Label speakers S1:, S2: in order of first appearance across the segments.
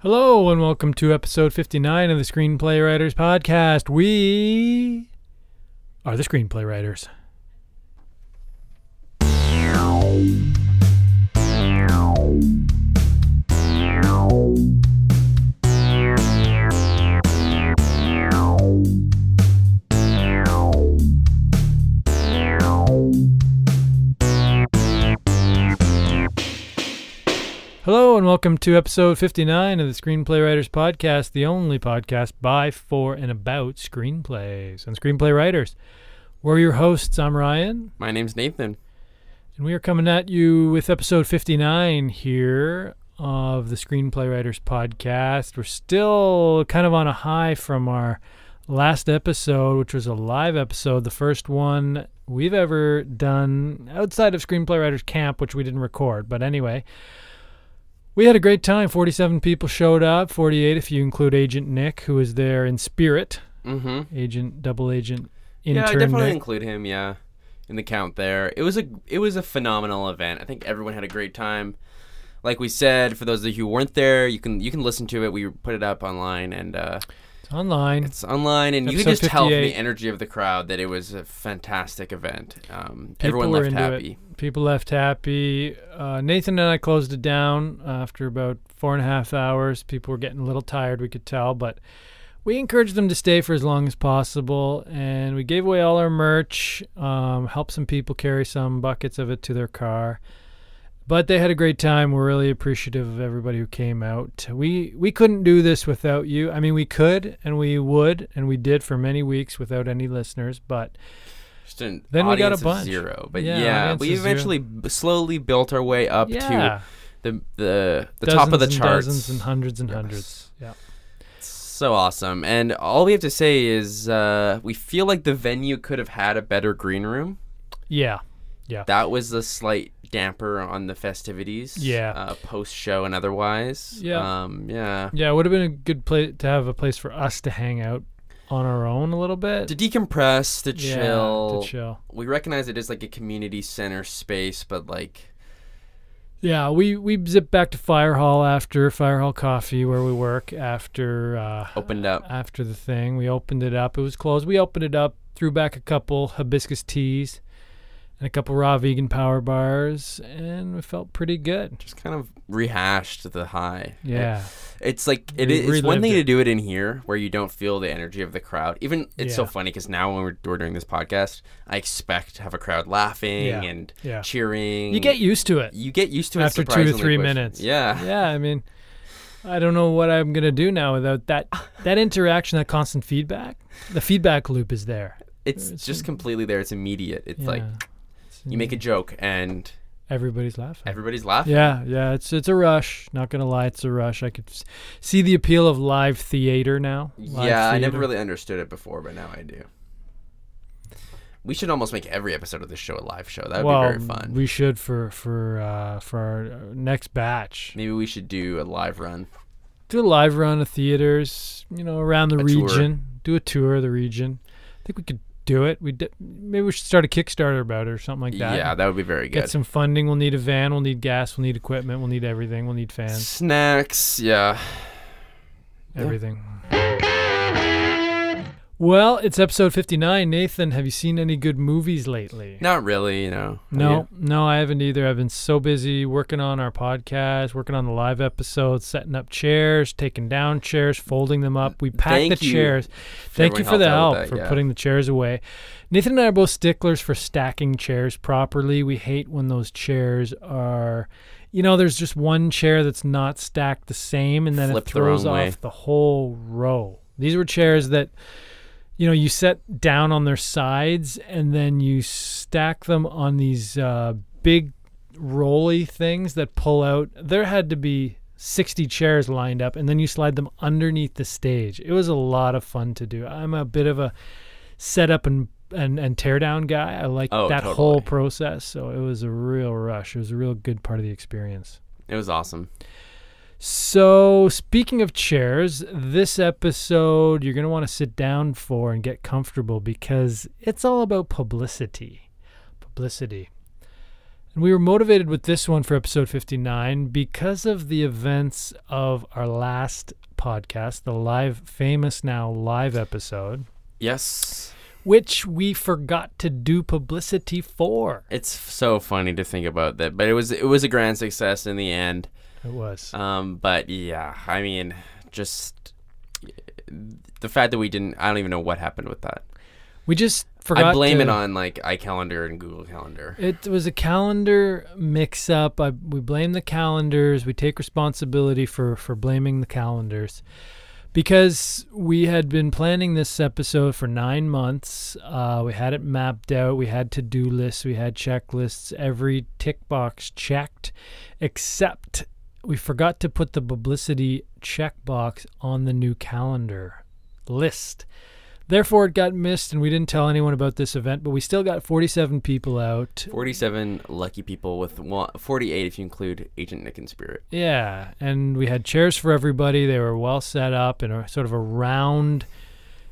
S1: Hello and welcome to episode 59 of the Screenplay Writers Podcast. We are the Screenplay Writers. Hello and welcome to episode 59 of the Screenplay Writers Podcast, the only podcast by, for, and about screenplays and screenplay writers. We're your hosts. I'm Ryan,
S2: My name's Nathan.
S1: and we are coming at you with episode 59 here of the Screenplay Writers Podcast. We're still kind of on a high from our last episode, which was a live episode, the first one we've ever done outside of Screenplay Writers Camp, which we didn't record. But anyway, we had a great time. 47 people showed up, 48 if you include Agent Nick, who was there in spirit,
S2: Mm-hmm.
S1: Agent, double agent, intern
S2: Yeah, I definitely
S1: Nick.
S2: include him. Yeah, in the count there. It was a it was a phenomenal event. I think everyone had a great time. Like we said, for those of you who weren't there, you can you can listen to it. We put it up online and uh,
S1: It's online.
S2: it's online, and you can
S1: Episode
S2: just tell from
S1: 58.
S2: the energy of the crowd that it was a fantastic event. Um,
S1: People
S2: everyone
S1: were
S2: left
S1: into
S2: happy.
S1: People left happy. Uh, Nathan and I closed it down after about four and a half hours. People were getting a little tired, we could tell, but we encouraged them to stay for as long as possible. And we gave away all our merch, um, helped some people carry some buckets of it to their car. But they had a great time. We're really appreciative of everybody who came out. We we couldn't do this without you. I mean, we could and we would and we did for many weeks without any listeners, but
S2: Just an
S1: Then we got a
S2: audience of
S1: bunch.
S2: zero, but
S1: Yeah,
S2: yeah,
S1: audience
S2: we
S1: of zero.
S2: eventually b- slowly built our way up to
S1: yeah,
S2: the the, the top of the
S1: dozens and
S2: charts.
S1: dozens and hundreds and
S2: Yes.
S1: hundreds. Yeah.
S2: So awesome. And all we have to say is uh, we feel like the venue could have had a better green room.
S1: Yeah.
S2: That was the slight damper on the festivities.
S1: Yeah.
S2: Uh, Post show and otherwise.
S1: Yeah.
S2: Um, yeah.
S1: Yeah, it would have been a good place to have a place for us to hang out on our own a little bit.
S2: To decompress, to
S1: Yeah,
S2: chill.
S1: To chill.
S2: We recognize it is like a community center space, but like
S1: Yeah, we we zip back to Fire Hall after Fire Hall Coffee where we work
S2: Oh.
S1: after uh
S2: opened up.
S1: after the thing. We opened it up. It was closed. We opened it up, threw back a couple hibiscus teas and a couple raw vegan power bars and we felt pretty good.
S2: Just kind of rehashed the high.
S1: Yeah.
S2: It's like it
S1: We
S2: is it's one
S1: relived
S2: thing
S1: it.
S2: to do it in here where you don't feel the energy of the crowd. Even it's so
S1: Yeah.
S2: funny because now when we're, we're doing this podcast, I expect to have a crowd laughing
S1: Yeah.
S2: and
S1: Yeah.
S2: cheering.
S1: You get used to it.
S2: you get used to it
S1: After two to
S2: surprisingly
S1: three
S2: quick.
S1: minutes.
S2: Yeah.
S1: yeah, I mean, I don't know what I'm gonna do now without that that interaction, that constant feedback. The feedback loop is there.
S2: it's,
S1: It's
S2: just completely there. It's immediate. It's
S1: Yeah.
S2: like you make a joke and
S1: everybody's laughing.
S2: everybody's laughing.
S1: yeah, yeah, it's it's a rush. Not gonna lie, it's a rush. I could s- see the appeal of live theater now. Live
S2: Yeah, I never
S1: theater.
S2: really understood it before, but now I do. We should almost make every episode of this show a live show. That would
S1: well,
S2: be very fun.
S1: we should for for uh, for our next batch
S2: Maybe we should do a live run.
S1: do a live run of theaters. You know, around the
S2: A tour.
S1: region. Do a tour of the region. I think we could do it. We d- maybe we should start a Kickstarter about it or something like that.
S2: yeah, that would be very
S1: Get
S2: good.
S1: some funding. We'll need a van. We'll need gas. We'll need equipment. We'll need everything. We'll need fans.
S2: Snacks, yeah. Yeah.
S1: Everything. Well, it's episode 59. Nathan, have you seen any good movies lately?
S2: Not really, you know.
S1: No, no, I haven't either. I've been so busy working on our podcast, working on the live episodes, setting up chairs, taking down chairs, folding them up. We packed
S2: Thank
S1: the
S2: you.
S1: chairs. Thank you
S2: everyone
S1: for the
S2: helped out
S1: help
S2: with that,
S1: for
S2: yeah.
S1: putting the chairs away. Nathan and I are both sticklers for stacking chairs properly. We hate when those chairs are, you know, there's just one chair that's not stacked the same, and then
S2: Flipped
S1: it
S2: the
S1: throws
S2: wrong
S1: off
S2: way.
S1: the whole row. These were chairs that, you know, you set down on their sides, and then you stack them on these uh, big rolly things that pull out. There had to be 60 chairs lined up, and then you slide them underneath the stage. It was a lot of fun to do. I'm a bit of a setup and and, and tear down guy. I like
S2: Oh,
S1: that
S2: totally.
S1: whole process. So it was a real rush. It was a real good part of the experience.
S2: It was awesome.
S1: So, speaking of chairs, this episode you're going to want to sit down for and get comfortable because it's all about publicity. Publicity. And we were motivated with this one for episode 59 because of the events of our last podcast, the live, famous now live episode,
S2: Yes.
S1: which we forgot to do publicity for.
S2: It's so funny to think about that, but it was it was a grand success in the end.
S1: It was.
S2: Um, but yeah, I mean, just the fact that we didn't I don't even know what happened with that.
S1: We just forgot.
S2: I blame
S1: to-
S2: it on like iCalendar and Google Calendar.
S1: It was a calendar mix-up. I, we blame the calendars. We take responsibility for for blaming the calendars because we had been planning this episode for nine months. Uh, we had it mapped out. We had to-do lists. We had checklists. Every tick box checked, except we forgot to put the publicity checkbox on the new calendar list. Therefore, it got missed, and we didn't tell anyone about this event, but we still got 47 people out.
S2: 47 lucky people with one, 48 if you include Agent Nick and Spirit.
S1: Yeah, and we had chairs for everybody. They were well set up in a sort of a round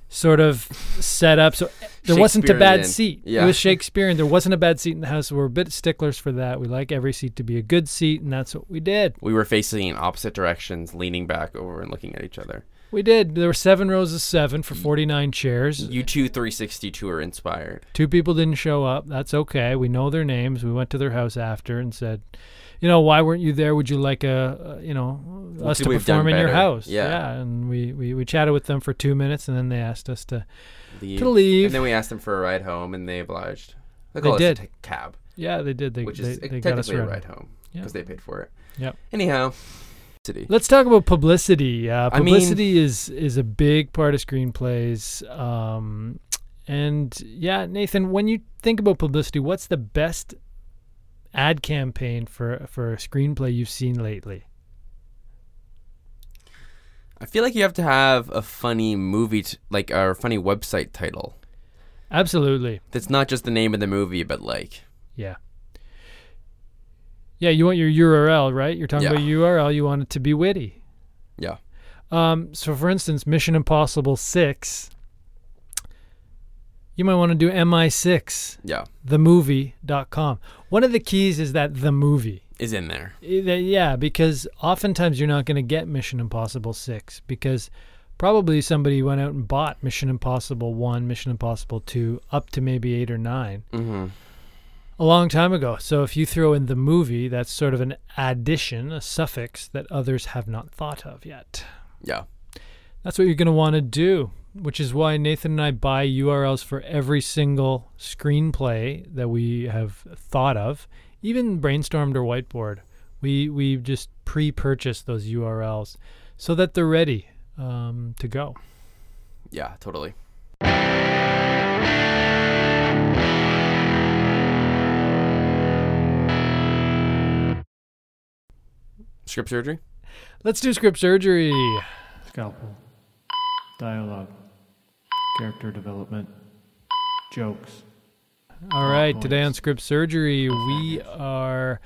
S1: sort of setup. So eh, there wasn't a bad
S2: Shakespearean.
S1: seat. It
S2: Yeah.
S1: was Shakespearean. There wasn't a bad seat in the house. We're a bit sticklers for that. We like every seat to be a good seat, and that's what we did.
S2: We were facing in opposite directions, leaning back over and looking at each other.
S1: We did. There were seven rows of seven
S2: Mm.
S1: for 49 chairs.
S2: You two 362 are inspired.
S1: Two people didn't show up. That's okay. We know their names. We went to their house after and said, you know, why weren't you there? Would you like a, uh, you know, us
S2: could
S1: to
S2: we have done
S1: perform in your
S2: better?
S1: house?
S2: Yeah.
S1: And we, we, we chatted with them for two minutes and then they asked us to,
S2: Leave.
S1: to leave.
S2: And then we asked them for a ride home, and they obliged.
S1: They
S2: They, call us a
S1: did.
S2: ta- cab,
S1: yeah, they did. They,
S2: which
S1: they,
S2: is
S1: they got us
S2: technically a
S1: around.
S2: ride home
S1: Yeah.
S2: because they paid for it.
S1: Yep.
S2: Anyhow, city.
S1: Let's talk about publicity. Uh,
S2: I mean-
S1: publicity is is a big part of screenplays. Um, and yeah, Nathan, when you think about publicity, what's the best ad campaign for for a screenplay you've seen lately?
S2: I feel like you have to have a funny movie, t- like a funny website title.
S1: Absolutely,
S2: That's not just the name of the movie, but like
S1: yeah, yeah. You want your URL, right? You're talking
S2: Yeah.
S1: about URL. You want it to be witty.
S2: yeah,
S1: Um, so, for instance, Mission Impossible Six. You might want to do MI six.
S2: yeah,
S1: themovie.com. One of the keys is that the movie.
S2: is in there.
S1: Eh, that- Yeah, because oftentimes you're not going to get Mission Impossible 6 because probably somebody went out and bought Mission Impossible 1, Mission Impossible 2, up to maybe 8 or 9
S2: Mm-hmm.
S1: a long time ago. So if you throw in the movie, that's sort of an addition, a suffix that others have not thought of yet.
S2: Yeah,
S1: That's what you're going to want to do, which is why Nathan and I buy URLs for every single screenplay that we have thought of, even brainstormed or whiteboard. We we just pre-purchase those URLs so that they're ready um, to go.
S2: yeah, totally. Script surgery.
S1: Let's do script surgery.
S3: Scalpel. Dialogue. Character development. Jokes.
S1: All right, today on script surgery we are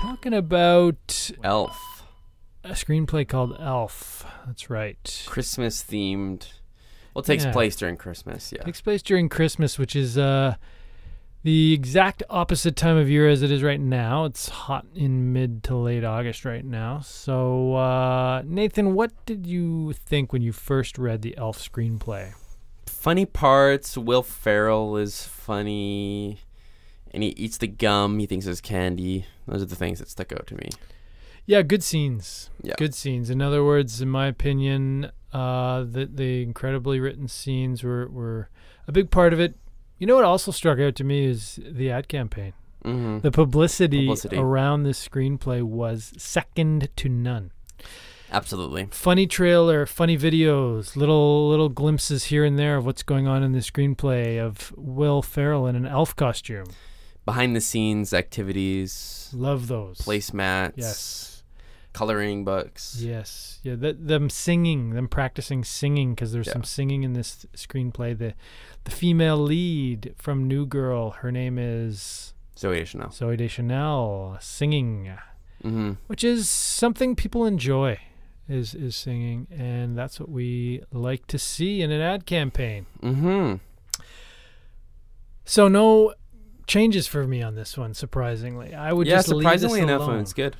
S1: talking about
S2: Elf.
S1: a screenplay called Elf. That's right.
S2: Christmas themed. Well, it takes
S1: Yeah.
S2: place during Christmas. Yeah.
S1: takes place during Christmas, which is uh, the exact opposite time of year as it is right now. It's hot in mid to late August right now. So, uh, Nathan, what did you think when you first read the Elf screenplay?
S2: funny parts. Will Ferrell is funny, and he eats the gum. He thinks it's candy. Those are the things that stuck out to me.
S1: Yeah, good scenes.
S2: Yeah.
S1: Good scenes. In other words, in my opinion, uh, the, the incredibly written scenes were, were a big part of it. You know what also struck out to me is the ad campaign.
S2: Mm-hmm.
S1: The publicity,
S2: Publicity.
S1: around this screenplay was second to none.
S2: Absolutely.
S1: funny trailer, funny videos, little little glimpses here and there of what's going on in the screenplay of Will Ferrell in an elf costume.
S2: Behind the scenes activities,
S1: Love those.
S2: placemats,
S1: Yes.
S2: coloring books.
S1: Yes. Yeah, th- them singing, them practicing singing because there's
S2: Yeah.
S1: some singing in this screenplay. The the female lead from New Girl, her name is
S2: Zoe Deschanel.
S1: Zoe Deschanel, singing,
S2: Mm-hmm.
S1: which is something people enjoy is is singing and that's what we like to see in an ad campaign.
S2: Mm-hmm.
S1: So no changes for me on this one. Surprisingly, I would
S2: yeah,
S1: just
S2: surprisingly
S1: leave this
S2: enough,
S1: alone.
S2: it's good.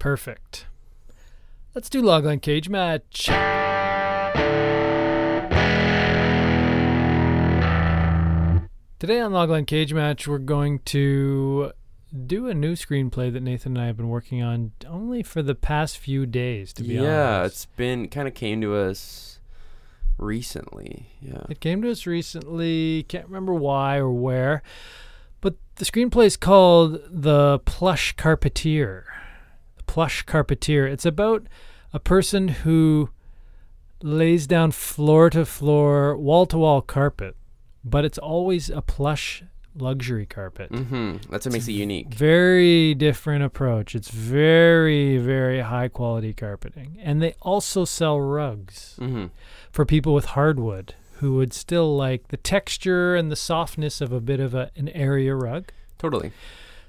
S1: Perfect. Let's do logline cage match. Today on Logline Cage Match, we're going to do a new screenplay that Nathan and I have been working on only for the past few days, to be
S2: yeah,
S1: honest.
S2: it's been kind of came to us recently. Yeah.
S1: It came to us recently. Can't remember why or where. But the screenplay is called The Plush Carpeteer. The Plush Carpeteer. It's about a person who lays down floor to floor, wall to wall carpet, but it's always a plush luxury carpet.
S2: hmm That's what makes it unique.
S1: Very different approach. It's very, very high quality carpeting. And they also sell rugs
S2: hmm
S1: for people with hardwood who would still like the texture and the softness of a bit of a, an area rug.
S2: Totally.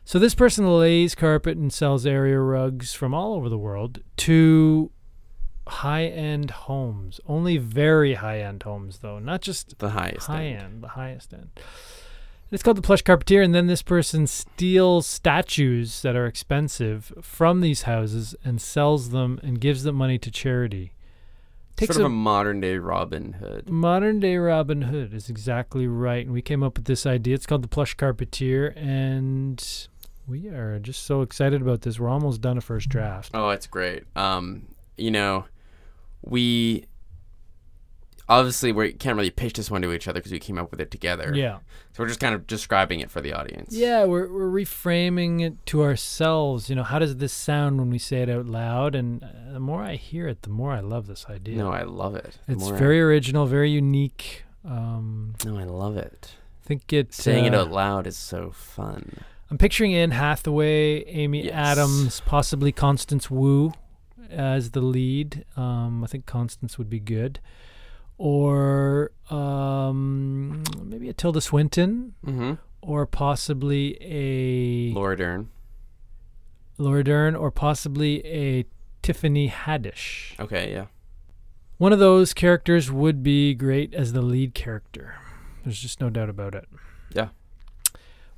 S1: So this person lays carpet and sells area rugs from all over the world to high-end homes. Only very high-end homes though, not just
S2: The highest.
S1: high
S2: end.
S1: end, the highest end. And It's called the plush carpeteer, and then this person steals statues that are expensive from these houses and sells them and gives them money to charity. Takes
S2: Sort of
S1: a-
S2: a modern day Robin Hood.
S1: Modern day Robin Hood is exactly right. And we came up with this idea. It's called the plush carpeteer, and we are just so excited about this. We're almost done a first draft.
S2: Oh, it's great. Um, you know, we obviously we can't really pitch this one to each other because we came up with it together.
S1: Yeah.
S2: So we're just kind of describing it for the audience.
S1: Yeah, we're, we're reframing it to ourselves. You know, how does this sound when we say it out loud? And uh, the more I hear it, the more I love this idea.
S2: No, I love it. The
S1: it's
S2: more I-
S1: very original, very unique. Um,
S2: No, I love it.
S1: I think it.
S2: Saying it
S1: uh,
S2: out loud is so fun.
S1: I'm picturing Anne Hathaway, Amy
S2: Yes.
S1: Adams, possibly Constance Wu as the lead. Um, I think Constance would be good. Or um, maybe a Tilda Swinton,
S2: Mm-hmm.
S1: or possibly a
S2: Laura Dern.
S1: Laura Dern, or possibly a Tiffany Haddish.
S2: Okay, yeah.
S1: One of those characters would be great as the lead character. There's just no doubt about it.
S2: Yeah.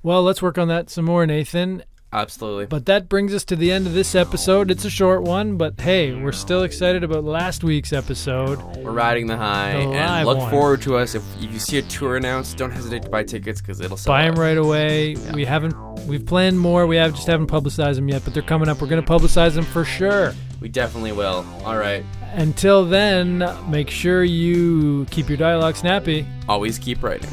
S1: Well, let's work on that some more, Nathan.
S2: Absolutely.
S1: But that brings us to the end of this episode. It's a short one, but hey, we're still excited about last week's episode.
S2: We're riding the high
S1: The live
S2: and look
S1: one.
S2: forward to us. If you see a tour announced, don't hesitate to buy tickets because it'll sell.
S1: Buy them
S2: out.
S1: right away. We haven't, we've planned more. We have just haven't publicized them yet, but they're coming up. We're going to publicize them for sure.
S2: We definitely will. All right.
S1: Until then, make sure you keep your dialogue snappy.
S2: Always keep writing.